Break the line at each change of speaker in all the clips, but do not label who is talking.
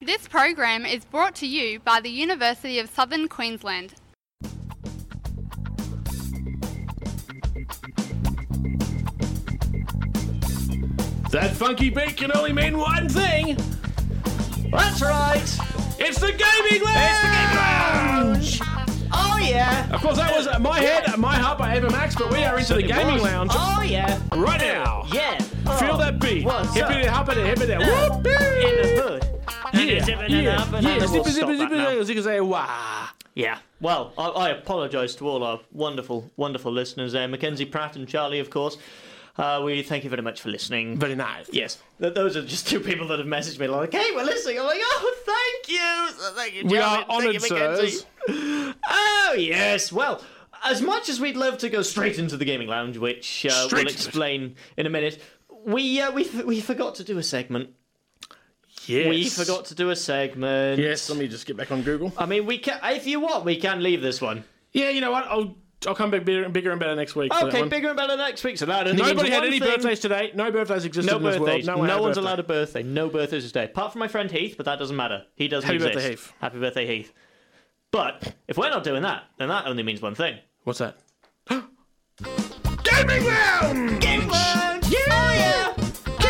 This program is brought to you by the University of Southern Queensland.
That funky beat can only mean one thing.
That's right.
It's the gaming lounge. It's the gaming lounge.
Oh yeah.
Of course, that was my head, my heart by Ava Max, but we are into the gaming lounge
Oh yeah.
right now.
Yeah.
Feel that beat.
What's
Hip
up?
it, hop it, hip it, whoop.
Oh, In the hood.
Yeah,
And it's zipping
yeah,
and up and
yeah.
then we'll
Zipper,
stop
zipper,
that
zipper,
now.
zigga, zigga, wah.
Yeah. Well, I, I apologise to all our wonderful, wonderful listeners there, Mackenzie Pratt and Charlie, of course. Uh, we thank you very much for listening.
Very nice.
Yes, th- those are just two people that have messaged me like, "Hey, we're listening." I'm like, "Oh, thank you, So thank you."
We are
Charlie.
honoured,
Thank you, Mackenzie.
sirs.
Oh yes, well, as much as we'd love to go straight into the gaming lounge, which uh,
Straight
we'll
into it.
explain in a minute, we uh, we f- we forgot to do a segment.
Yes.
We forgot to do a segment.
Yes. Let me just get back on Google.
I mean, we can. If you want, we can leave this one.
Yeah, you know what? I'll I'll come back bigger, bigger and better next week. for that
Okay,
one.
bigger and better next week. So that only
Nobody
means
had
one
any
thing.
birthdays today. No birthdays existed
No
in this
birthdays.
world.
No,
one had a
one's
birthday.
allowed a birthday. No birthdays today, apart from my friend Heath. But that doesn't matter. He doesn't
Happy
exist.
birthday, Heath.
Happy birthday, Heath. But if we're not doing that, then that only means one thing.
What's that? Gaming Lounge! Gaming Lounge! Yeah!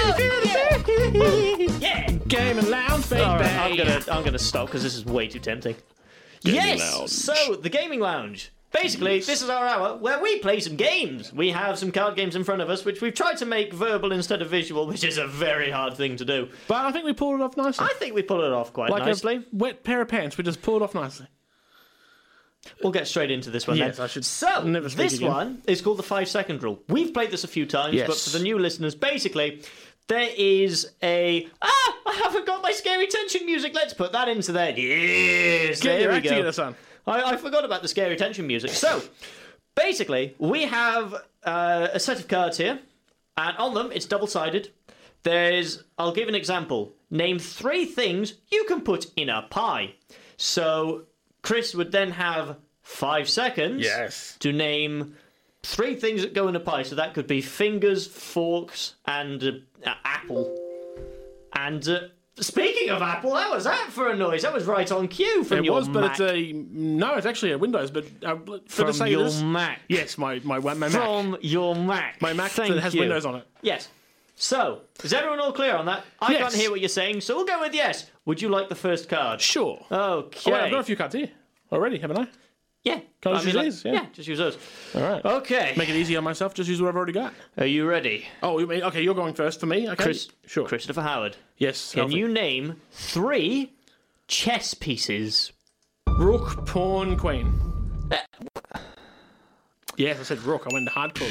Yeah.
Gaming Lounge, baby!
All right, I'm gonna I'm gonna stop because this is way too tempting. yes.
lounge.
So the gaming lounge. Basically, this is our hour where we play some games. We have some card games in front of us, which we've tried to make verbal instead of visual, which is a very hard thing to do.
But I think we pulled it off nicely.
I think we pull it off quite
like
nicely.
a wet pair of pants, we just pulled it off nicely.
We'll get straight into this one.
Yes,
then.
I should
So
never speak
this
again.
one is called the five second rule. We've played this a few times,
Yes.
but for the new listeners, basically. There is a ah! I haven't got my scary tension music. Let's put that into there. Yes,
Get
there
your
we
act
go.
together, son.
I, I forgot about the scary tension music. So, basically, we have uh, a set of cards here, and on them it's double sided. There's, I'll give an example. Name three things you can put in a pie. So, Chris would then have five seconds
Yes.
to name three things that go in a pie. So, that could be fingers, forks, and uh, uh, apple. And. Uh, Speaking of Apple, how was that for a noise? That was right on cue from
It
your
was, but uh,
Mac.
it's a no. It's actually a Windows, but uh, for the
from
sake
your
of this,
Mac.
yes, my my, my Mac,
From your Mac.
my Mac
Thank
that has
you.
Windows on it.
Yes. So, is everyone all clear on that? I
Yes.
can't hear what you're saying, so we'll go with yes. Would you like the first card?
Sure. Oh,
Okay.
wait, I've got a few cards here already, haven't I?
Yeah.
Can I just use
like-
these? Yeah.
just use those.
All right.
Okay.
Make it easy on myself. Just use what I've already got.
Are you ready?
Oh, you mean okay? You're going first for me. Okay.
Chris,
sure.
Christopher Howard.
Yes.
Can you name three chess pieces?
Rook, pawn, queen.
Eh.
Yes, I said rook. I went hardcore. There.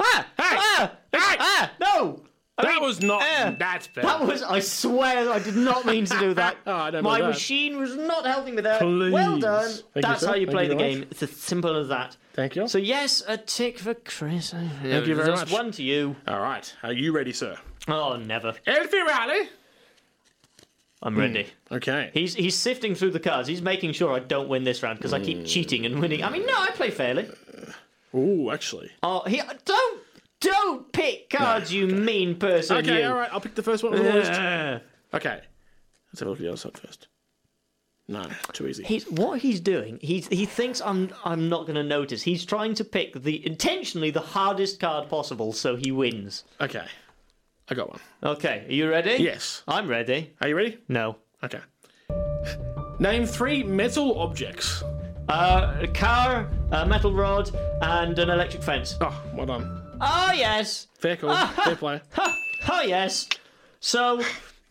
Ah! Ah!
Hey!
Ah! No!
that was not.
eh,
that's bad.
That was, I swear, I did not mean to do that.
Oh, I don't know
My
that.
machine was not helping me there. Well
Please.
done.
Thank you,
That's
sir.
how you
Thank
play
you
the
very
game.
much.
It's as simple as that.
Thank you.
So, yes, a tick for Chris. Thank
you very
Just
much.
one to you.
All right. Are you ready, sir?
Oh, never.
Elfie Riley.
I'm ready.
Okay.
He's he's sifting through the cards. He's making sure I don't win this round because I
Hmm.
keep cheating and winning. I mean, no, I play fairly.
Ooh, actually.
Oh, he don't don't pick cards, you mean person.
Okay.
you.
All right. I'll pick the first one. on the list.
Ugh.
Okay. Let's have a look at the other side first. No, too easy.
He's what he's doing. He's he thinks I'm I'm not going to notice. He's trying to pick the intentionally the hardest card possible so he wins.
Okay. I got one.
Okay, are you ready?
Yes.
I'm ready.
Are you ready?
No.
Okay. Name three metal objects.
Uh, a car, a metal rod, and an electric fence.
Oh, well done.
Oh yes.
Fair call. Fair play.
Oh yes. So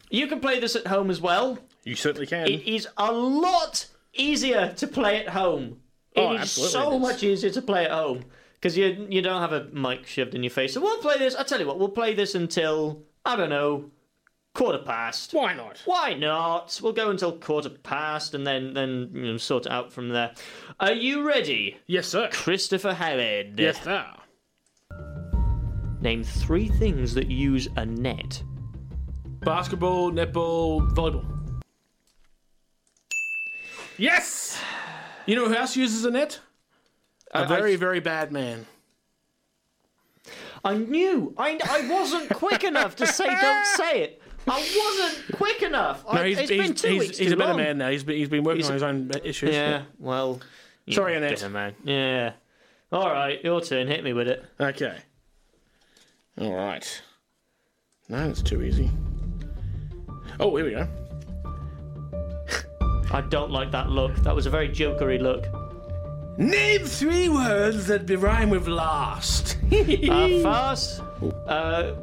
you can play this at home as well.
You certainly can.
It is a lot easier to play at home. It is
Oh, absolutely
so
it is.
much easier to play at home because you you don't have a mic shoved in your face. So we'll play this. I tell you what, we'll play this until I don't know quarter past.
Why not?
Why not? We'll go until quarter past and then then you know, sort it out from there. Are you ready,
Yes, sir.
Christopher Howard?
Yes, sir.
Name three things that use a net.
Basketball, netball, volleyball. Yes! You know who else uses a net? A
I-
very, very bad man.
I knew. I, I wasn't quick enough to say don't say it. I wasn't quick enough. I,
No, he's,
it's
he's,
been two
he's-
weeks
he's
too
a better
long.
man now. He's been, he's been working
He's-
on his own issues.
Yeah, well. you've
Sorry, Annette.
been a man. Yeah. All right, your turn. Hit me with it.
Okay. All right. No, that's too easy. Oh, here we go.
I don't like that look. That was a very jokery look.
Name three words that be rhyme with last.
Uh, fast. Uh.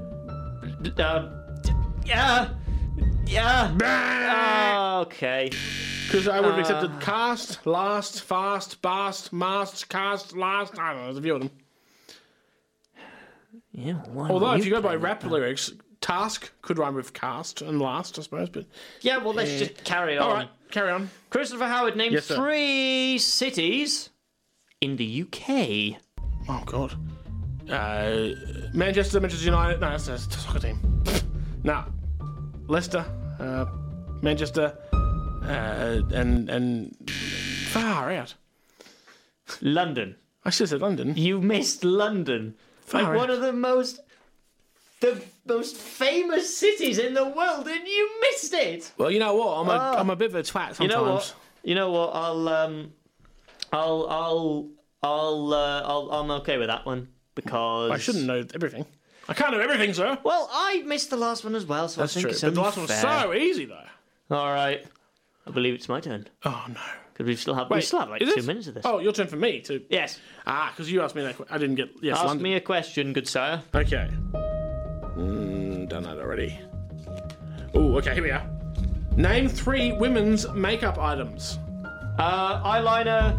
d- Uh. d- Yeah. Yeah.
Ah!
Okay.
Because I would have accepted cast, last, fast, bast, mast, cast, last. I don't know, there's a few of them.
Yeah. why
Although,
not?
if you go by rap lyrics, task could rhyme with cast and last, I suppose. But
Yeah. Well, let's just carry on.
all right, carry on.
Christopher Howard named
Yes, sir.
three cities in the UK.
Oh God. Uh, Manchester, Manchester United. No, that's, that's a soccer team. nah. Leicester, uh, Manchester, uh, and and far out.
London.
I should have said London.
You missed London. Like
Alright.
one of the most the most famous cities in the world and you missed it.
Well, you know what? I'm a am a bit of a twat sometimes.
Ah. You know what? You know what? I'll um I'll I'll I'll uh, I'll I'm okay with that one because
I shouldn't know everything. I can't know everything, sir.
Well, I missed the last one as well, so
That's
I think
true.
it's
But the last one was
unfair.
so easy, though.
All right. I believe it's my turn
Oh no.
because we still have we
Wait,
still have like
is
two
it?
minutes of this.
Oh, your turn for me to.
Yes.
Ah, because you asked me that. que- I didn't get. Yes,
Ask
London.
me a question, good sire.
Okay. Mm, done that already. Oh, okay, here we are. Name three women's makeup items.
Uh, eyeliner,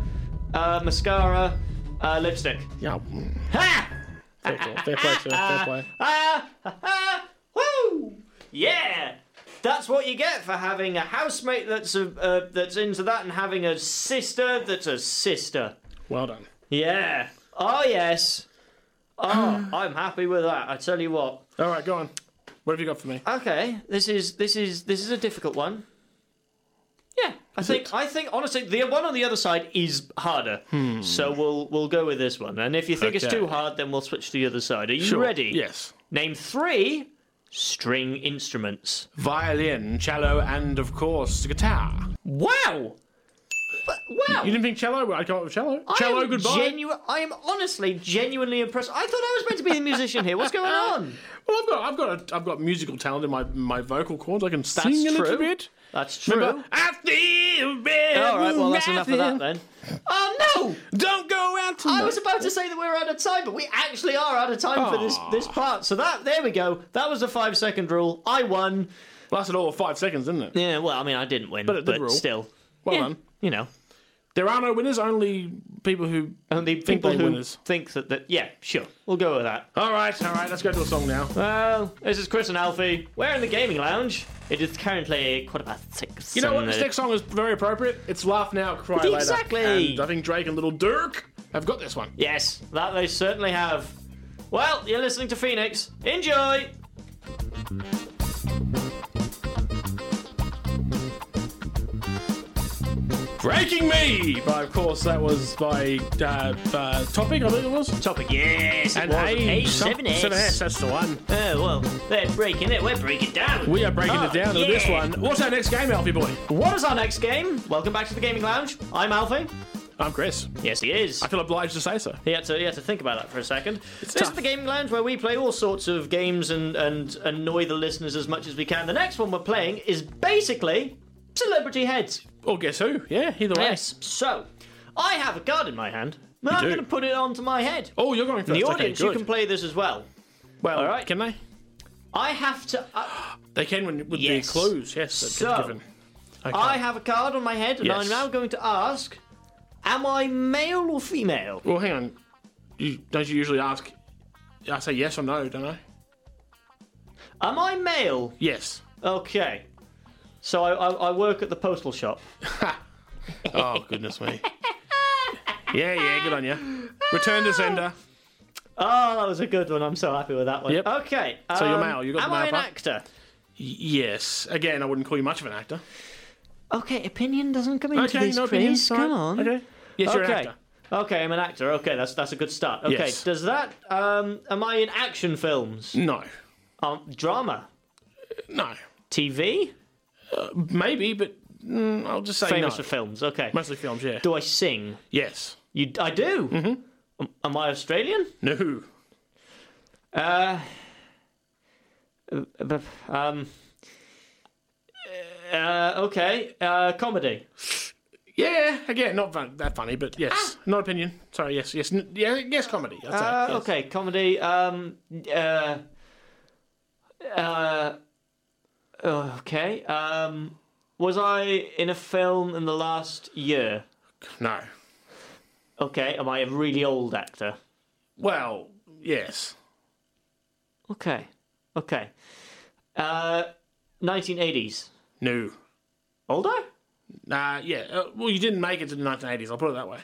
uh, mascara, uh, lipstick.
Yeah. mm,
Ha!
Fair play, fair play, sir, fair play.
Ah! ha, ha, Woo! Yeah! That's what you get for having a housemate that's a, uh, that's into that and having a sister that's a sister.
Well done.
Yeah. Oh yes. Oh, I'm happy with that. I tell you what.
All right, go on. What have you got for me?
Okay, this is this is this is a difficult one. Yeah, I think I think honestly the one on the other side is harder. So we'll we'll go with this one. And if you think it's
Hmm. Okay.
too hard, then we'll switch to the other side. Are you
Sure.
ready?
Yes.
Name three string instruments.
Violin, cello, and of course guitar.
Wow. But- Wow.
You didn't think cello? Well, I'd come up with cello.
I
cello,
am
goodbye.
genu- I am honestly genuinely impressed. I thought I was meant to be the musician here. What's going on?
well, I've got, I've got, a, I've got musical talent in my my vocal cords. I can sing a
true.
little bit.
That's true.
Remember? I feel better
All right. Well, that's enough of that
nothing.
then. Oh no!
Don't go out tonight.
I was about to say that we were out of time, but we actually are out of time for this
Aw.
this part. So that there we go. That was the five second rule. I won.
Lasted all of five seconds, didn't it?
Yeah, well, I mean, I didn't win, but,
it did rule.
still,
Well
Yeah,
done.
You know,
There are no winners, only people who.
only people
they
who
winners.
think that that yeah, sure, we'll go with that.
All right, all right, let's go to a song now.
Well, this is Chris and Alfie. We're in the gaming lounge. It is currently quarter past six.
You know what?
and,
This
uh,
next song is very appropriate. It's Laugh Now, Cry Later.
Exactly.
And I think Drake and Little Dirk have got this one.
Yes, that they certainly have. Well, you're listening to Phoenix. Enjoy.
Breaking Me! But of course, that was by uh, uh, Topic, I think it was.
Topic. Yes. it
And
was.
hey, some-
7S.
seven S, that's the one.
Oh, well, they're breaking it. We're breaking down.
We are breaking
Oh,
it down to
yeah.
this one. What's our next game, Alfie Boy?
What is our next game? Welcome back to the Gaming Lounge. I'm Alfie.
I'm Chris.
Yes, he is.
I feel obliged to say so.
He had to, he had to think about that for a second. this is
tough.
the Gaming Lounge where we play all sorts of games and, and annoy the listeners as much as we can. The next one we're playing is basically Celebrity Heads.
Or Oh, guess who? Yeah, either way.
Yes. So, I have a card in my hand. and I'm
do.
going to put it onto my head.
Oh, you're going first.
the
okay,
audience, you
good.
can play this as well.
Well,
All right.
can they?
I have to. I-
They can when, with
Yes.
the clues, yes. That
So,
get given. Okay.
I have a card on my head, and
Yes.
I'm now going to ask: Am I male or female?
Well, hang on. You, don't you usually ask? I say yes or no, don't I?
Am I male?
Yes.
Okay. So I, I, I work at the postal shop.
Oh goodness me. yeah, yeah. Good on you. Return to sender.
Oh, that was a good one. I'm so happy with that one.
Yep.
Okay.
So you're
um,
male, you got the
am
male
I an
part?
actor?
Y- yes. Again, I wouldn't call you much of an actor.
Okay, opinion doesn't come into
Okay,
this,
no
Chris.
opinion.
Come on.
Okay. Yes, you're an
Okay.
actor.
Okay, I'm an actor. Okay, that's that's a good start. Okay,
Yes.
does that um am I in action films?
No.
Um drama.
No.
TV?
Maybe, but mm, I'll just say
Famous
no.
for films. Okay.
Mostly films, yeah.
Do I sing?
yes.
You, I do. Mm-hmm. Am, am I Australian?
No.
Uh, b- um, uh, okay. Uh, comedy.
Yeah, again, not fun, that funny, but yes. Not opinion. Sorry, yes, yes. N- yeah, yes, comedy. I'd say.
Uh,
yes.
Okay, comedy. Um, uh, uh, okay. Um, was I in a film in the last year?
No.
Okay. Am I a really old actor?
Well, yes.
Okay. Okay. Uh, 1980s.
No.
Older?
Uh, yeah. Uh, well, you didn't make it to the 1980s, I'll put it that way.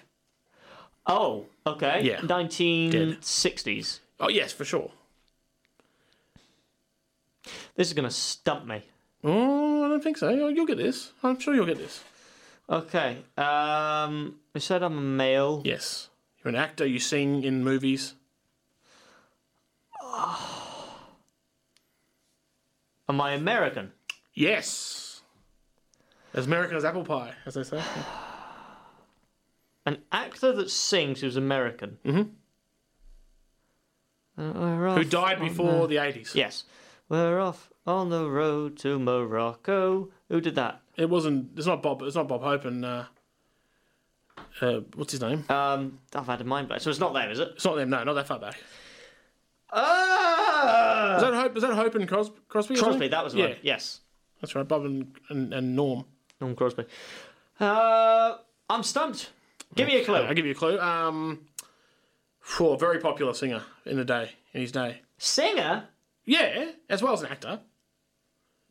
Oh, okay.
Yeah.
1960s.
Oh, yes, for sure.
This is going to stump me.
Oh, I don't think so. Oh, You'll get this. I'm sure you'll get this.
Okay. Um, we said I'm a male.
Yes. You're an actor, you sing in movies.
Am I American?
Yes. As American as apple pie, as they say.
An actor that sings who's American. Mm-hmm. we're off.
Who died before the 80s.
Yes. We're off on the road to Morocco. Who did that?
It wasn't, it's not Bob, it's not Bob Hope and, uh, uh, what's his name?
Um, I've had a mind blank. So it's not them, is it?
It's not them, no, not that far back.
Ah!
Is that Hope, is that Hope and Cros- Crosby? or
Crosby,
something?
that was
yeah,
one. Yes.
That's right, Bob and, and, and Norm.
Norm Crosby. Uh, I'm stumped. Give me a clue.
I'll give you a clue. Um, for a very popular singer in the day, in his day.
Singer?
Yeah, as well as an actor.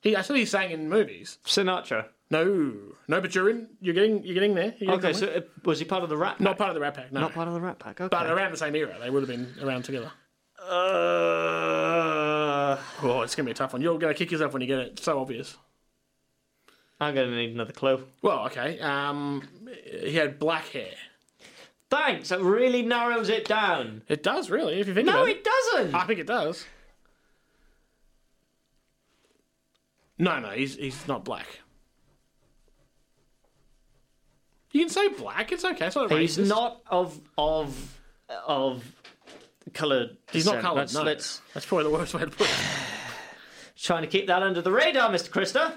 He actually he sang in movies.
Sinatra.
No, no, but you're in. You're getting. You're getting there. You're getting
Okay, so
somewhere.
uh, was he part of the rap?
not part of the Rat Pack. No,
Not part of the Rat Pack. Okay.
but around the same era, they would have been around together.
Uh,
Oh, it's gonna be a tough one. You're gonna kick yourself when you get it. It's so obvious.
I'm going to need another clue.
Well, okay. Um, he had black hair.
Thanks, that really narrows it down.
It does really, if you think
No, Ah,
about it.
it doesn't.
I think it does. No, no, he's he's not black. You can say black. It's okay. It's not racist.
He's not of of of coloured.
He's not
descent.
coloured.
Let's,
no,
let's
that's probably the worst way to put it.
trying to keep that under the radar, Mr. Krista.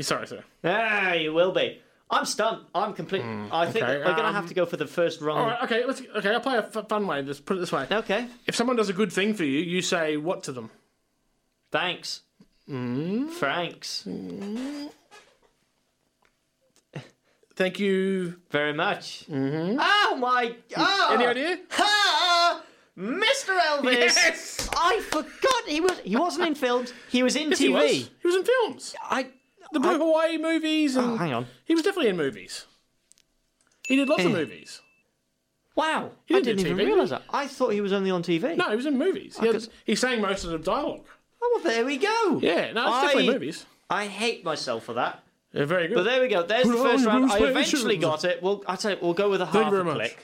Sorry, sir.
Ah, you will be. I'm stumped. I'm complete. I think
okay,
we're going to
um,
have to go for the first run.
All right. Okay. Let's. Okay. I'll play a f- fun way. Let's put it this way.
Okay.
If someone does a good thing for you, you say what to them?
Thanks. Hmm? Franks.
Thank you.
Very much. Oh my. Oh.
Mm-hmm. Any idea?
Ha! Mr. Elvis.
Ah. Yes.
I forgot he was. He wasn't in films. He was in
Yes,
TV.
He was. He was in films.
I.
The Blue Hawaii movies. And
Oh, hang on.
He was definitely in movies. He did lots of
Yeah.
movies.
Wow.
He
I
didn't
didn't
do
even
TV.
realise that. I thought he was only on TV.
No, he was in movies. He, had,
could-
he sang most of the dialogue.
Oh, well, there we go.
Yeah, no, it's
I-
definitely movies.
I hate myself for that.
They're very good.
But there we go. There's the
Who
first
are
round.
you,
I
Bruce
eventually
Springsteen?
got it. Well, I tell you, we'll go with a half
you very
a
much.
click.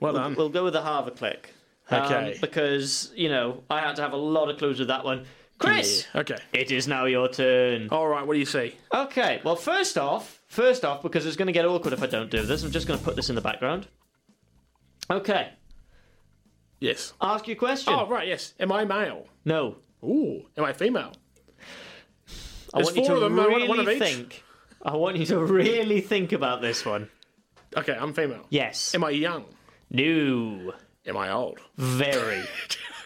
well done.
We'll go with a half a click. Um,
Okay.
because you know I had to have a lot of clues with that one. Chris,
okay.
it is now your turn.
All right. What do you see?
Okay. Well, first off, first off, because it's going to get awkward if I don't do this, I'm just going to put this in the background. Okay.
Yes.
Ask your question.
Oh, right. Yes. Am I male?
No.
Ooh. Am I female?
I
There's
want you
four
to
of them, I
really
want one of each.
think. I want you to really think about this one.
Okay. I'm female.
Yes.
Am I young?
No.
Am I old?
Very.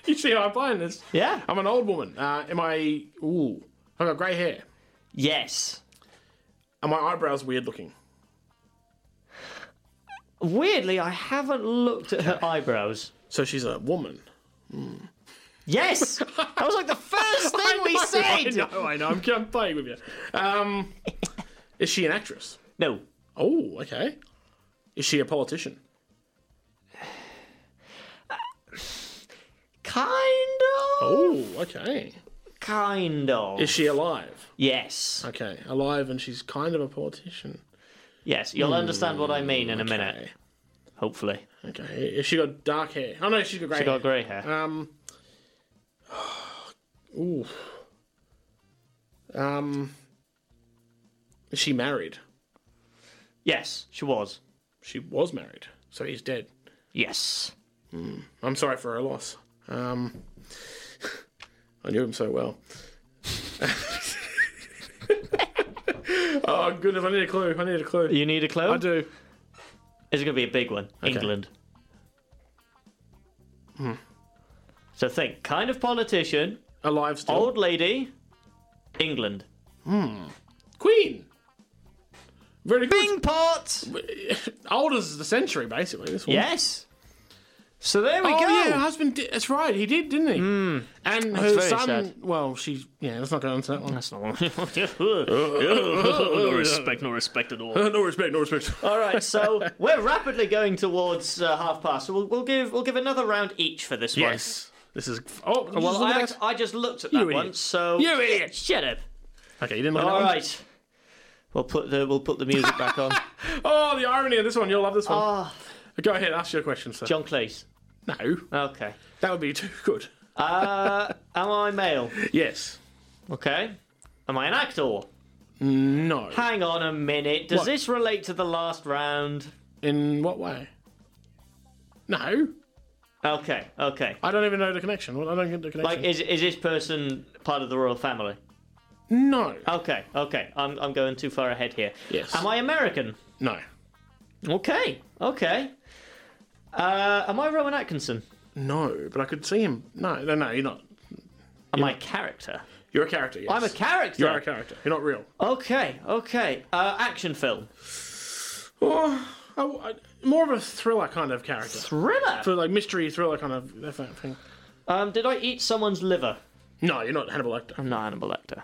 you see how I'm playing this?
Yeah.
I'm an old woman. Uh, am I? Ooh. I've got grey hair.
Yes.
Are my eyebrows weird looking?
Weirdly, I haven't looked at her eyebrows.
So she's a woman.
Yes. That was like the first thing we
I
said.
know. I know. I'm, I'm playing with you. Um, is she an actress?
No.
Oh, okay. Is she a politician?
Kind of.
Oh, okay.
Kind of.
Is she alive?
Yes.
Okay, alive, and she's kind of a politician.
Yes. You'll understand what I mean in a minute. Hopefully.
Okay, okay. Has she got dark hair? Oh no, she's got grey.
She
hair.
got grey hair.
Um. Ooh. Um. Is she married?
Yes, she was.
She was married, so he's dead.
Yes.
I'm sorry for her loss. Um, I knew him so well. oh goodness, I need a clue. I need a clue.
You need a clue?
I do.
It's going to be a big one. England.
Hmm.
So think kind of politician,
Alive still.
old lady, England.
Queen. Very good.
Bing pot!
Old as the century, basically. This one.
Yes. So there we
Oh
go. Hmm.
yeah, her husband. Did, that's right. He did, didn't he? And her
very
son.
sad.
Well, she's. Yeah, let's not go into that one.
That's not no respect, no respect at all.
Uh, no respect. No respect.
All right, so we're rapidly going towards uh, half past. So we'll, we'll give we'll give another round each for this
Yes. This is. Oh, well,
one. Well,
look
I,
at
act-
that.
I just looked at
You
that
idiot.
one. So
You idiot.
Shut up.
Okay, you didn't look at
All
that one.
right. We'll put the we'll put the music back on.
Oh, the irony of this one. You'll love this one.
Ah,
Go ahead, ask your question, sir.
John Cleese.
No,
Okay.
that would be too good.
Uh, am I male?
Yes.
Okay. Am I an actor?
No.
Hang on a minute. Does
What?
this relate to the last round?
In what way? No.
Okay. Okay.
I don't even know the connection. I don't get the connection.
Like, is is this person part of the royal family?
no.
Okay, okay. I'm, I'm going too far ahead here.
Yes.
Am I American?
No.
Okay, okay. Uh, am I Rowan Atkinson?
No, but I could see him. No, no, no, you're not.
Am I a character?
You're a character, yes.
I'm a character.
You're a character. You're not real.
Okay, okay. Uh, action film.
Oh, I- I- more of a thriller kind of character.
Thriller.
So, like, mystery thriller kind of that kind of thing.
Um, did I eat someone's liver?
No, you're not Hannibal Lecter.
I'm not Hannibal Lecter.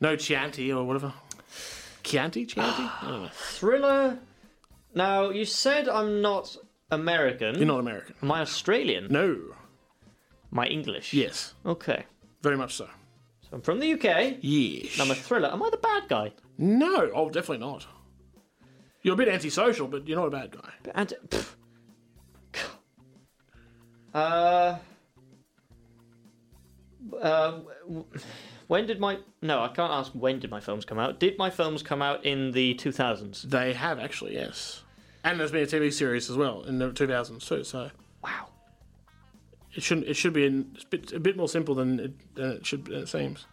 No Chianti or whatever. Chianti? Chianti? I don't know.
Thriller. Now you said I'm not American.
You're not American.
Am I Australian?
No.
Am I English?
Yes.
Okay.
Very much so.
So I'm from the UK.
Yes.
I'm a thriller. Am I the bad guy?
No, oh, definitely not. You're a bit antisocial, but you're not a bad guy.
And pff. uh, uh, w- when did my no? I can't ask when did my films come out. Did my films come out in the two thousands?
They have actually, yes. And there's been a TV series as well in the 2000s too, so
Wow.
it shouldn't. It should be in, it's a, bit, a bit more simple than it, than it should. Than it seems.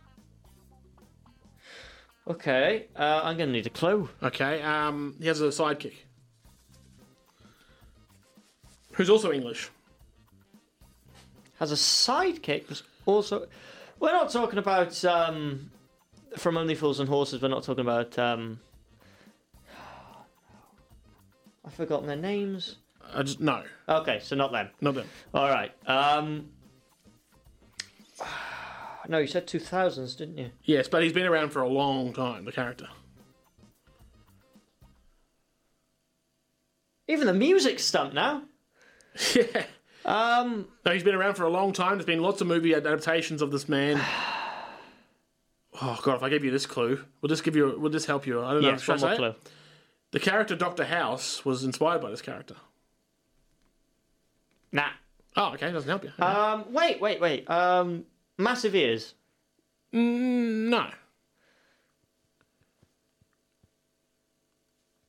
Okay, uh, I'm gonna need a clue.
Okay. Um, he has a sidekick who's also English.
Has a sidekick. that's Also, we're not talking about um, from Only Fools and Horses. We're not talking about um. I've forgotten their names.
I just no,
Okay, so not them.
not them.
All right. Um. No, you said two thousands, didn't you?
Yes, but he's been around for a long time. The character.
Even the music stunt now.
yeah.
Um.
No, he's been around for a long time. There's been lots of movie adaptations of this man. Oh god, if I give you this clue, will this give you? Will this help you? I don't know.
Yes,
Should I
one more
say it?
clue.
The character Doctor House was inspired by this character.
Nah.
Oh, okay, doesn't help you. Okay.
Um. Wait. Wait. Wait. Um. Massive ears.
Mm, no,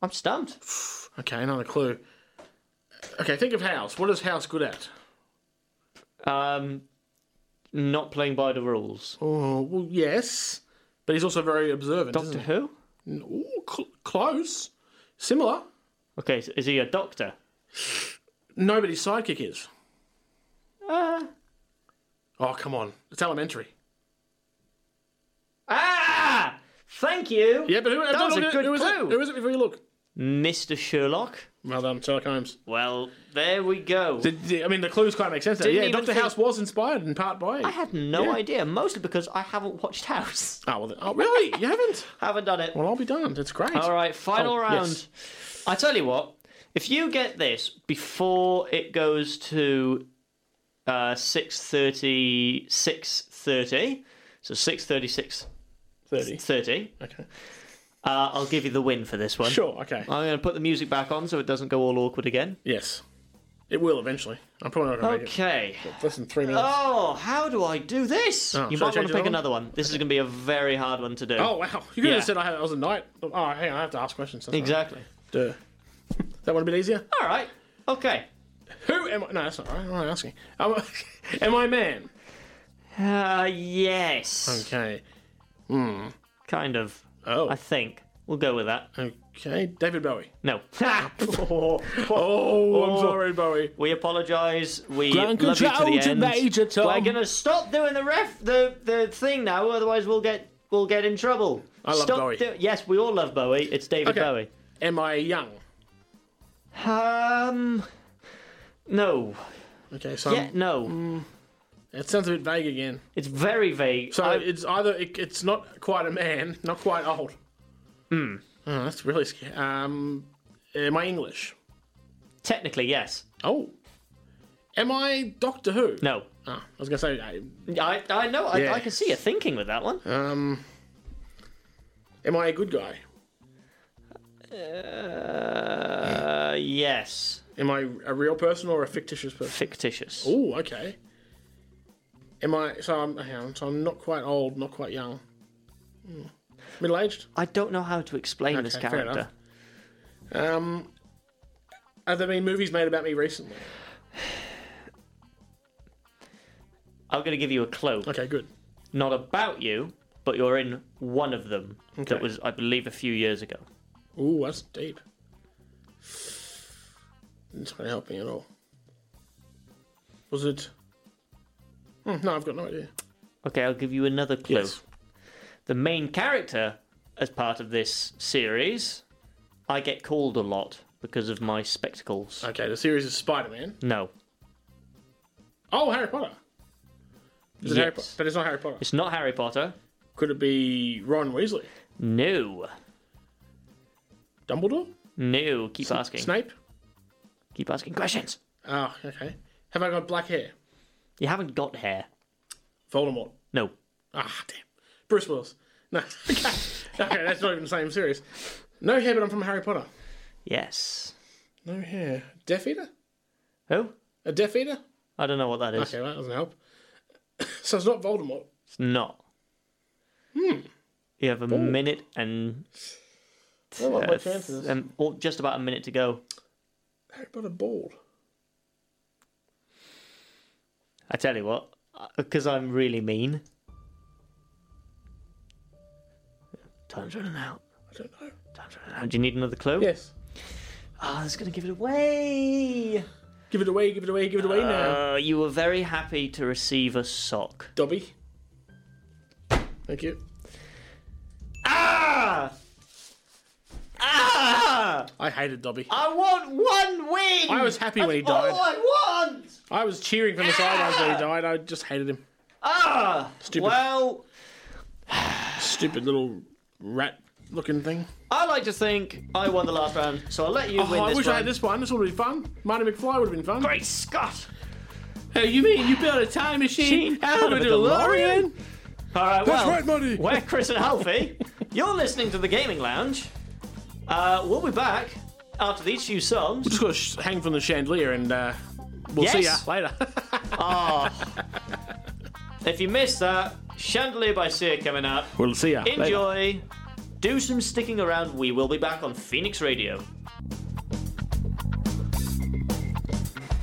I'm stumped.
okay, another clue. Okay, think of House. What is House good at?
Um. Not playing by the rules.
Oh, well, yes, but he's also very observant.
Doctor Who.
Isn't he? Ooh, cl- close, similar.
Okay. So is he a doctor?
Nobody's sidekick is.
Uh,
Oh, come on, it's elementary.
ah. Thank you.
Yeah, but who,
That
don't
was
look
a
at it.
good
who is
clue.
it? Who is it before you look?
Mr. Sherlock.
Well done, Sherlock Holmes.
Well, there we go.
Did- did- I mean, the clues kind of make sense. there.
Didn't
Yeah,
even
Doctor
think-
House was inspired in part by.
I had no
Yeah.
idea, mostly because I haven't watched House.
Oh, well, then- oh, really? you haven't?
haven't done it.
Well, I'll be damned. It's great.
All right, final
Oh,
round.
yes.
I tell you what, if you get this before it goes to uh, 6.30, 6.30, so 6.36,
30.
30,
Okay.
uh, I'll give you the win for this one.
Sure, okay.
I'm going to put the music back on so it doesn't go all awkward again.
Yes. It will eventually. I'm probably not going to make
Okay.
it. Less than three minutes. Oh,
Oh, how do I do this?
Oh,
you
shall I
might want
change
to pick
another one?
another one. This is going to be a very hard one to do.
Oh, wow. You could
Yeah.
have said I, had, I was a knight. Oh, hey, I have to ask questions. That's all right.
exactly.
Duh. that one a bit easier?
All right. Okay.
Who am I? No, that's not right. What am I asking? Am I, am I man?
Uh, yes.
Okay.
Kind of.
Oh.
I think we'll go with that.
Okay. David Bowie.
No.
Oh, I'm
Oh.
sorry, Bowie.
we apologise. We
Ground
love you to
control
the
to
end.
Major Tom.
We're gonna stop doing the ref the the thing now, otherwise we'll get we'll get in trouble.
I love
Stop
Bowie.
do- yes, we all love Bowie. It's David
Okay.
Bowie.
Am I young?
Um, no.
Okay, so
Yeah, no.
it sounds a bit vague again.
It's very vague.
So
I-
it's either it, it's not quite a man, not quite old. Hmm. Oh, that's really scary. Um, am I English?
technically, yes.
Oh, am I Doctor Who?
No.
Oh, I was gonna say. uh,
I, I know. I,
Yeah.
I can see you thinking with that one.
Um, am I a good guy?
Uh, yes.
Am I a real person or a fictitious person?
Fictitious.
Oh, okay. Am I? So I'm. Hang on. So I'm not quite old, not quite young. Hmm. Middle aged.
I don't know how to explain this
Okay, fair enough.
character.
Um, have there been movies made about me recently?
I'm gonna give you a clue.
Okay, good.
Not about you, but you're in one of them.
Okay.
That was, I believe, a few years ago.
Ooh, that's deep. It's not helping at all. Was it? Hmm, no, I've got no idea.
Okay, I'll give you another clue.
Yes.
The main character, as part of this series, I get called a lot because of my spectacles.
Okay, the series is Spider-Man.
No,
Oh, Harry Potter. Is it Harry
Yes.
Potter? But it's not Harry Potter.
it's not Harry Potter.
Could it be Ron Weasley?
No,
Dumbledore?
no. Keep asking.
Snape?
Keep asking questions.
Oh, okay. Have I got black hair?
You haven't got hair.
Voldemort.
No.
Ah, damn. Bruce Willis. No. okay. okay, that's not even the same series. No hair, but I'm from Harry Potter.
Yes.
No hair. Death Eater?
Who?
A Death Eater?
I don't know what that is.
Okay, well, that doesn't help. so it's not Voldemort.
It's not. Hmm. You have a minute and
Well, what are my
uh,
chances?
um, or just about a minute to go.
Harry Potter bald.
I tell you what, because I'm really mean. Time's running out.
I don't know.
Time's running out. Do you need another clue?
Yes.
Ah, that's gonna give it away.
Give it away, give it away, give it away now.
Uh, you were very happy to receive a sock.
Dobby. Thank you.
Ah! Ah!
I hated Dobby.
I want one win.
I was happy when he
That's
died.
All I want.
I was cheering from the sidelines when he died. I just hated him.
Ah!
Stupid.
Well,
Stupid little rat looking thing.
I like to think I won the last round, so I'll let you
Oh,
win
I
this
wish I had
round.
this one. This would have been fun. Marty McFly would have been fun.
Great Scott!
Hey, you mean you built a time machine
Machine out of a DeLorean? All right, well,
right, Muddy.
we're Chris and Alfie. You're listening to the Gaming Lounge. Uh, we'll be back after these few songs.
Just gotta sh- hang from the chandelier and uh, we'll see ya
Yes.
later.
If you missed that, Chandelier by Sear coming up.
we'll see ya. later.
Enjoy. Do some sticking around. We will be back on Phoenix Radio.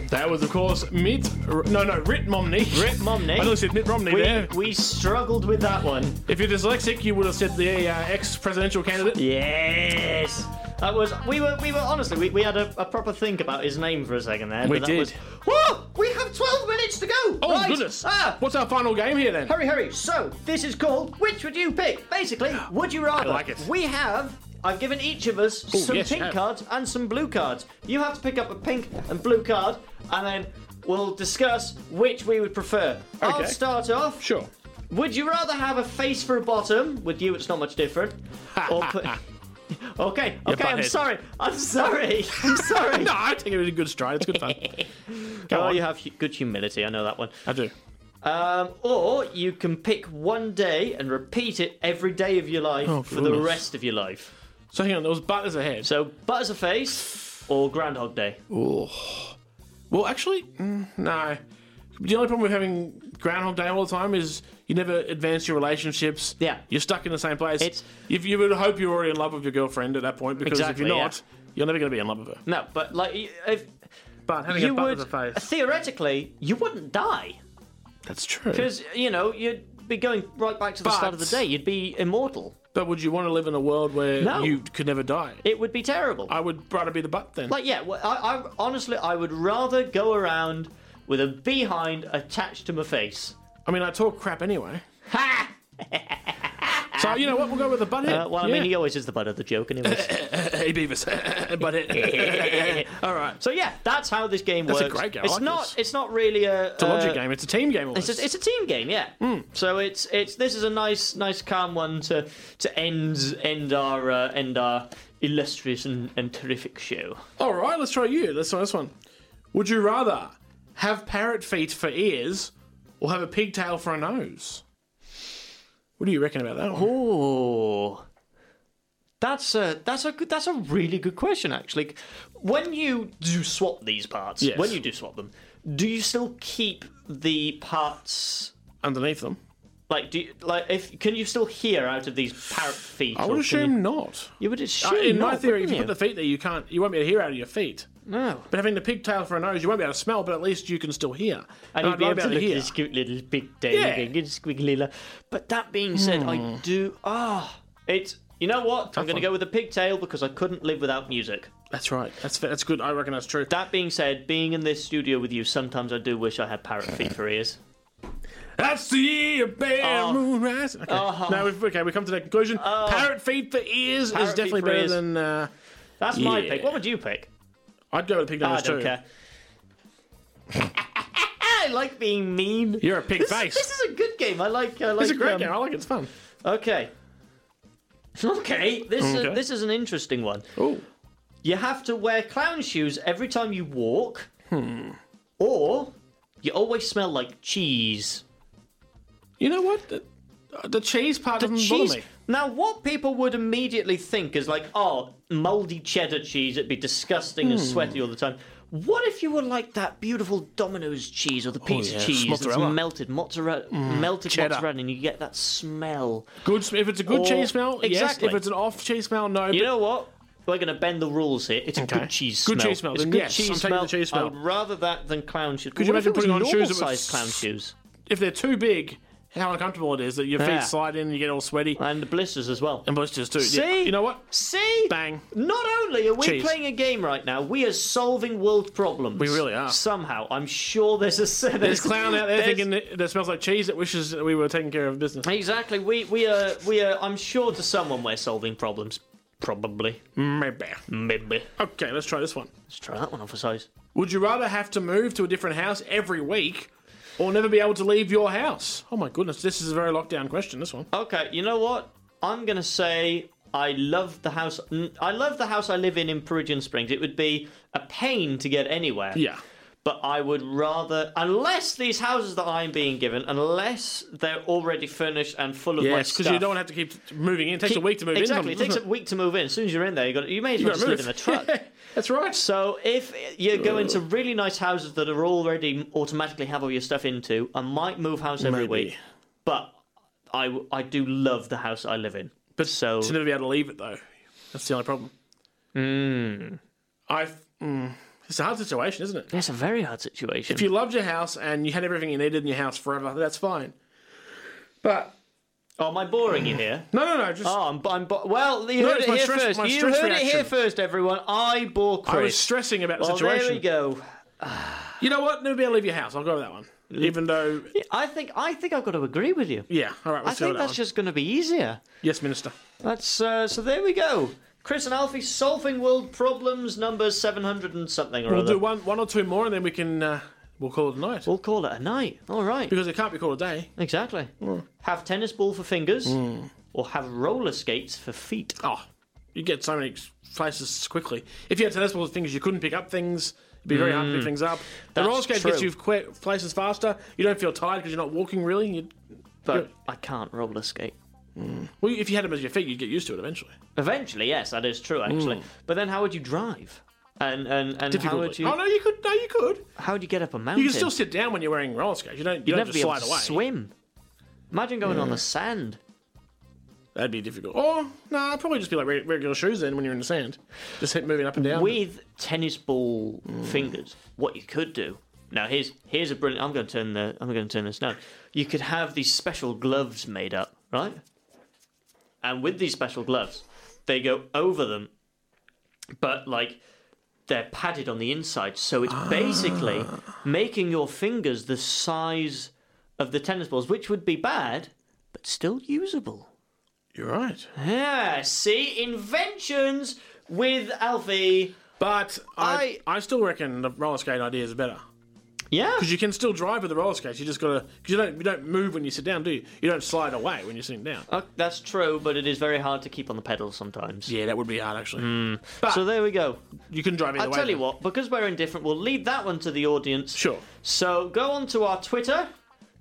That was, of course, Mitt. R- no, no, Rit Romney.
Rip Momney.
I almost said Mitt Romney
we,
there.
we struggled with that one.
If you're dyslexic, you would have said the uh, ex-presidential candidate.
Yes. That was we were we were honestly we, we had a, a proper think about his name for a second there.
We
but that
did.
Was, Whoa! We have twelve minutes to go.
Oh
right.
goodness!
Ah,
What's our final game here then?
hurry, hurry. So this is called which would you pick? Basically, would you rather?
like it.
We have. I've given each of us some
yes, you
pink
have.
cards and some blue cards. You have to pick up a pink and blue card, and then we'll discuss which we would prefer. I'll
Okay.
start off.
Sure.
Would you rather have a face for a bottom? With you, it's not much different. Or put- okay, okay, I'm
butthead.
sorry. I'm sorry. I'm sorry.
No, I think it was a good stride. It's good fun. Go
oh,
on.
you have hu- good humility. I know that one.
I do.
Um, or you can pick one day and repeat it every day of your life
Oh,
for the
goodness.
rest of your life.
So hang on, there was butters ahead.
So, butters a face or Groundhog Day.
Oh, Well, actually, mm, no. The only problem with having Groundhog Day all the time is you never advance your relationships.
Yeah.
You're stuck in the same place.
It's-
if you would hope you're already in love with your girlfriend at that point, because if
Exactly,
you're
yeah.
not, you're never going to be in love with her.
No, but like y- if
But having
you
a butt
would
in the face.
theoretically you wouldn't die
That's true.
because you know you'd be going right back to the start of the
But-
day. You'd be immortal.
But would you want to live in a world where
No.
you could never die?
It would be terrible.
I would rather be the butt then.
Like, yeah, well, I, I honestly, I would rather go around with a behind attached to my face.
I mean, I talk crap anyway.
Ha!
So, you know what? We'll go with the butt
Uh, well, I mean, he always is the butt of the joke, anyways.
Hey, Beavis. butt All right.
so yeah, that's how this game
That's a
works.
great game, I
It's
like
not.
this.
It's not really a. uh,
It's a logic game. Hmm. It's a team game.
It's, just, it's a team game, yeah. So it's it's this is a nice nice calm one to to end end our uh, end our illustrious and, and terrific show.
All right, let's try you. Let's try this one. Would you rather have parrot feet for ears or have a pigtail for a nose? What do you reckon about that one?
Oh, that's a that's a good, that's a really good question actually. When you do swap these parts,
Yes.
when you do swap them, do you still keep the parts?
Underneath them,
Like, do you, like if can you still hear out of these parrot feet?
I
or
would
can
assume
You,
not.
you would
Uh,
assume.
in my
not,
theory, if you
wouldn't
put the feet there, you can't. You won't be able to hear out of your feet.
no.
But having the pigtail for a nose, you won't be able to smell. But at least you can still hear.
And you'd
I'd
be
love
able to
be
look at
hear.
this cute little big day
Yeah. Hmm.
looking good squiggly li- But that being said, I do ah it's you know what? I'm gonna
one.
go with the pigtail because I couldn't live without music.
That's right. That's fa- that's good. I reckon that's true.
That being said, being in this studio with you, sometimes I do wish I had parrot feet for ears.
That's the year of bare
Oh.
moonrise. Okay.
Oh.
No, we've, okay. We come to that conclusion. Parrot feet for ears
Parrot
is
feet
definitely
for
better
ears.
than. Uh,
That's my
Yeah.
pick. What would you pick?
I'd go with the pig
I
nose
don't
too.
care. I like being mean.
You're a pig
this,
face.
This is a good game. I like. I like.
It's a great
um,
game. I like it. It's fun.
Okay. Okay. This
Okay.
Is, this is an interesting one.
Oh,
You have to wear clown shoes every time you walk. Hmm. Or you always smell like cheese.
you know what? The, the cheese part doesn't
cheese.
bother me.
Now, what people would immediately think is like, oh, moldy cheddar cheese, it'd be disgusting
Hmm.
and sweaty all the time. What if you were like that beautiful Domino's cheese or the pizza
yes,
cheese
Oh, mozzarella. Hmm.
that's melted mozzarella, melted
cheddar.
mozzarella, and you get that smell?
Good. sm- If it's a good
Or-
cheese smell, yes.
Exactly.
If it's an off cheese smell, no.
You
but-
know what? We're going to bend the rules here. It's a
Okay.
good cheese smell.
Good cheese smell,
It's
then
good
yes,
cheese
I'm taking
smell.
the cheese smell.
I would rather that than clown shoes. Could
you imagine putting on shoes that were
normal-sized
s-
clown shoes
if they're too big, how uncomfortable it is that your feet
Yeah.
slide in, and you get all sweaty
and the blisters as well?
and blisters too. Yeah.
See?
You know what?
See?
Bang.
Not only are we
Cheese.
playing a game right now, we are solving world problems.
We really are.
Somehow, I'm sure there's a there's,
There's a clown out there
there's-
thinking that, that smells like cheese that wishes that we were taking care of business.
Exactly. We we are we are. I'm sure to someone we're solving problems. Probably.
Maybe.
Maybe.
Okay, let's try this one.
Let's try that one on for size.
Would you rather have to move to a different house every week, or never be able to leave your house? Oh my goodness, this is a very lockdown question. This one.
Okay. You know what? I'm gonna say I love the house. n- I love the house I live in in Parisian Springs. It would be a pain to get anywhere.
Yeah.
but I would rather, unless these houses that I'm being given, unless they're already furnished and full of my
Yes,
stuff.
because you don't want to have to keep moving in. It takes a week to move in.
exactly, Exactly, it takes a week to move in. As soon as you're in there, you got you may as well just live in a truck.
That's right.
so if you go into really nice houses that are already automatically have all your stuff into, I might move house every
Maybe.
week, but I w- I do love the house I live in. But so
To never be able to leave it though, that's the only problem.
Hmm.
I. Mm, it's a hard situation, isn't it?
it's a very hard situation.
If you loved your house and you had everything you needed in your house forever, that's fine. But
oh, am I boring you here?
no, no, no. Just
Oh, I'm, I'm bo- well, you
No,
heard
it's
it
my
here
stress-
first.
my
You
stress
heard it here
reaction.
first, everyone. I bore Chris.
I was stressing about the
well,
situation.
there we go.
You know what? Never be able to leave your house. I'll go with that one.
Mm.
Even though,
I think I think I've got to agree with you.
yeah. All right,
I
let's go
think
with that
that's
one.
just going to be easier.
Yes, Minister.
That's uh, so. There we go. Chris and Alfie solving world problems number seven hundred and something or
We'll
other.
do one, one or two more, and then we can. Uh, we'll call it a night
We'll call it a night. All right.
because it can't be called a day.
Exactly. Have tennis ball for fingers,
Hmm.
or have roller skates for feet.
Oh, you get so many places quickly. If you had tennis balls, things you couldn't pick up things. It'd be very hard to pick things up. The
Mm. That's
roller skate gets
true.
you qu- places faster. You don't feel tired because you're not walking really. You,
But I can't roller skate.
well, if you had them as your feet, you'd get used to it eventually.
Eventually, yes, that is true actually. But then, how would you drive? And and and how would
Hmm. Difficulty.
you
Oh no, you could. No, you could.
how would you get up a mountain?
You can still sit down when you're wearing roller skates. You don't. You
You'd
don't
never
just
be able
slide
to
away.
swim. Imagine going on the sand.
That'd be difficult. Or no, I'd probably just be like re- regular shoes then when you're in the sand. Just hit moving up and down.
with tennis ball fingers, what you could do. Now here's here's a brilliant. I'm going to turn the. I'm going to turn this down. You could have these special gloves made up, right? And with these special gloves, they go over them, but like they're padded on the inside, so it's basically making your fingers the size of the tennis balls, which would be bad, but still usable.
You're right.
Yeah, see inventions with Alfie.
But I, I still reckon the roller skate idea is better
Yeah.
because you can still drive with the roller skates. You just gotta because you don't you don't move when you sit down, do you? You don't slide away when you're sitting down.
Uh, that's true, but it is very hard to keep on the pedals sometimes.
Yeah, that would be hard actually.
So there we go.
You can drive either
Hmm. I'll
way.
tell you
then.
what, because we're indifferent, we'll leave that one to the audience.
Sure.
So go on to our Twitter.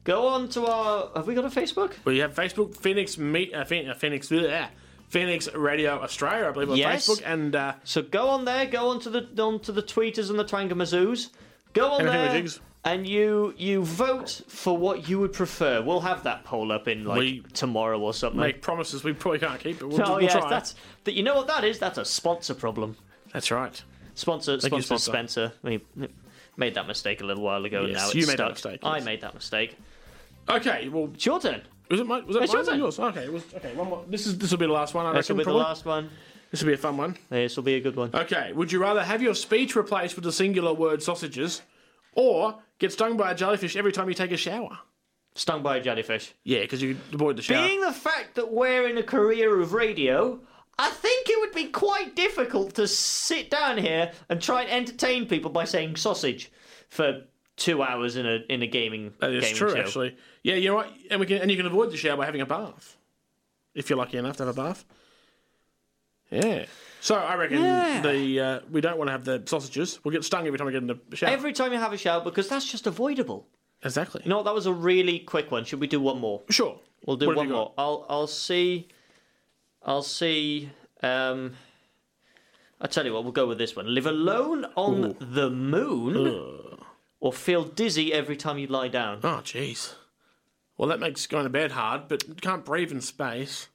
Go on to our. Have we got a Facebook?
Well, you have Facebook, Phoenix Meet, uh, Phoen- uh, Phoenix, yeah, Phoenix Radio Australia, I believe, on
Yes.
Facebook, and uh,
So go on there. Go on to the on to the tweeters and the Twangamazoos. Go on
Everything with
there.
jigs.
And you you vote for what you would prefer. We'll have that poll up in like
We
tomorrow or something.
make promises we probably can't keep. But we'll,
oh
we'll
yes,
try.
that's that. You know what that is? That's a sponsor problem.
That's right.
Sponsor,
you,
sponsor
Spencer.
Spencer. We made that mistake a little while ago. and
Yes,
now it's
you made
stuck.
that mistake,
I
yes.
made that mistake.
Okay, well,
It's your turn.
was it my, was that
It's
mine
your
or
turn.
yours? Okay, it was, okay. One more. This is this will be the last one. I
This
reckon.
will be the
probably.
last one.
This will be a fun one.
This will be a good one.
Okay, would you rather have your speech replaced with the singular word sausages, or get stung by a jellyfish every time you take a shower?
Stung by a jellyfish.
Yeah, because you avoid the shower.
Being the fact that we're in a career of radio, I think it would be quite difficult to sit down here and try and entertain people by saying sausage for two hours in a in a gaming.
that is
gaming
true,
show.
actually. Yeah, you're right, and we can and you can avoid the shower by having a bath, if you're lucky enough to have a bath. Yeah. So I reckon
Yeah.
the uh, we don't want to have the sausages. We'll get stung every time we get in the shower.
Every time you have a shower, because that's just avoidable.
exactly.
You know, what, that was a really quick one. Should we do one more?
Sure.
We'll do
What have
one
you got?
more. I'll I'll see. I'll see. Um, I tell you what, we'll go with this one. Live alone on
Ooh.
the moon, or feel dizzy every time you lie down.
Oh, jeez. Well, that makes going to bed hard, but you can't breathe in space.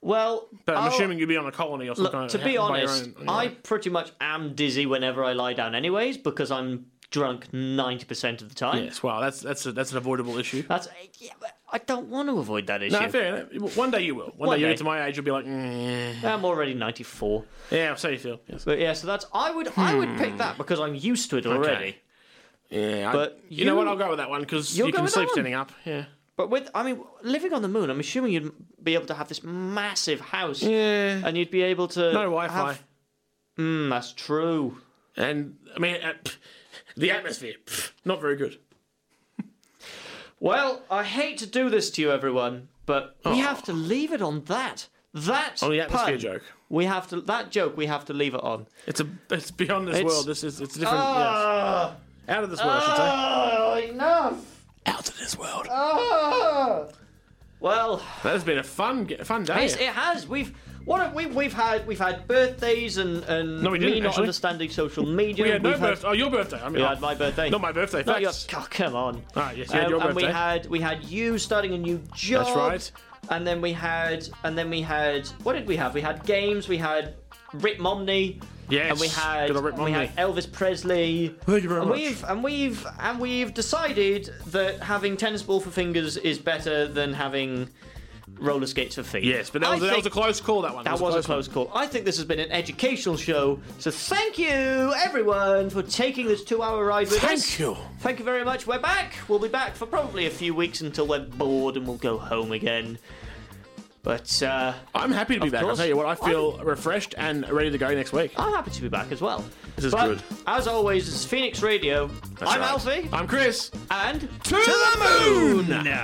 Well,
But I'm
I'll-
assuming you'd be on a colony or something.
Oh. Look, to be honest, I pretty much am dizzy whenever I lie down, anyways, because I'm drunk ninety percent of the time.
Yes, wow, that's that's a, that's an avoidable issue.
That's. Yeah, but I don't want to avoid that issue.
No, fair enough. One day you will. One,
One
day you
day.
get to my age, you'll be like, mm,
I'm already ninety-four.
yeah, so you feel. Yes.
But yeah, so that's I would I would
Hmm.
pick that because I'm used to it already.
Yeah,
But
I, you, know
you-
what? I'll go with that one because
You'll
you
go
can
with
sleep
that one.
standing up. Yeah.
But with, I mean, living on the moon, I'm assuming you'd be able to have this massive house,
Yeah.
and you'd be able to
No Wi-Fi.
have- Mm, that's true.
And I mean, uh, pff, the atmosphere, pff, not very good.
Well, I hate to do this to you, everyone, but
Oh.
we have to leave it on that. That
On the atmosphere
pun,
joke.
We have to that joke. We have to leave it on.
It's a it's beyond this
It's-
world. This is it's different.
Ah,
yes. Out of this world, I should say.
oh, enough.
Out of this world.
Ah. Well,
That has been a fun ge- fun day.
Yes, it has. We've what have we, we've had we've had birthdays and and
No, we
me
didn't,
not
actually.
understanding social media.
we had no
We've
birthday. Oh, your birthday. I mean,
We
oh,
had my birthday.
not my birthday.
No, your,
Thanks.
oh, come on. Um,
Ah, yes, you had your
and we
birthday.
had we had you starting a new job.
right.
And then we had and then we had what did we have? We had games. We had Rick Momney.
Yes,
And we had
good old Rick
and we had
Momney.
Elvis Presley.
Thank you very
and
much.
We've, and we've and we've decided that having tennis ball for fingers is better than having roller skates for feet.
Yes, but that
I
was, that was
think-
a close call. That one.
that was a close call. I think this has been an educational show. So thank you, everyone, for taking this two-hour ride with
Thank
us.
you.
Thank you very much. We're back. We'll be back for probably a few weeks until we're bored and we'll go home again. But uh,
One. I'm happy to be back. I'll
course.
tell you what. I feel refreshed and ready to go next week.
I'm happy to be back as well.
This is
But
good.
As always, it's Phoenix Radio.
That's
I'm
right.
Alfie,
I'm Chris.
and to,
the moon!
moon.